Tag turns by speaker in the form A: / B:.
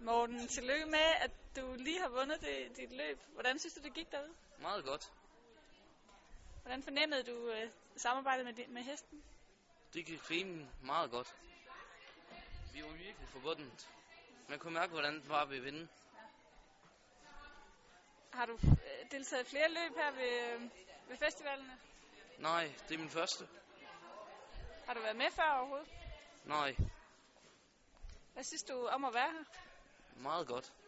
A: Morten, tillykke med, at du lige har vundet det, dit løb. Hvordan synes du, det gik derude?
B: Meget godt.
A: Hvordan fornemmede du øh, samarbejdet med, di- med hesten?
B: Det gik rimelig meget godt. Vi var virkelig forbundet. Man kunne mærke, hvordan det var ved vinde.
A: Har du øh, deltaget i flere løb her ved, øh, ved festivalerne?
B: Nej, det er min første.
A: Har du været med før overhovedet?
B: Nej,
A: Hvad synes du om at være her?
B: meget godt.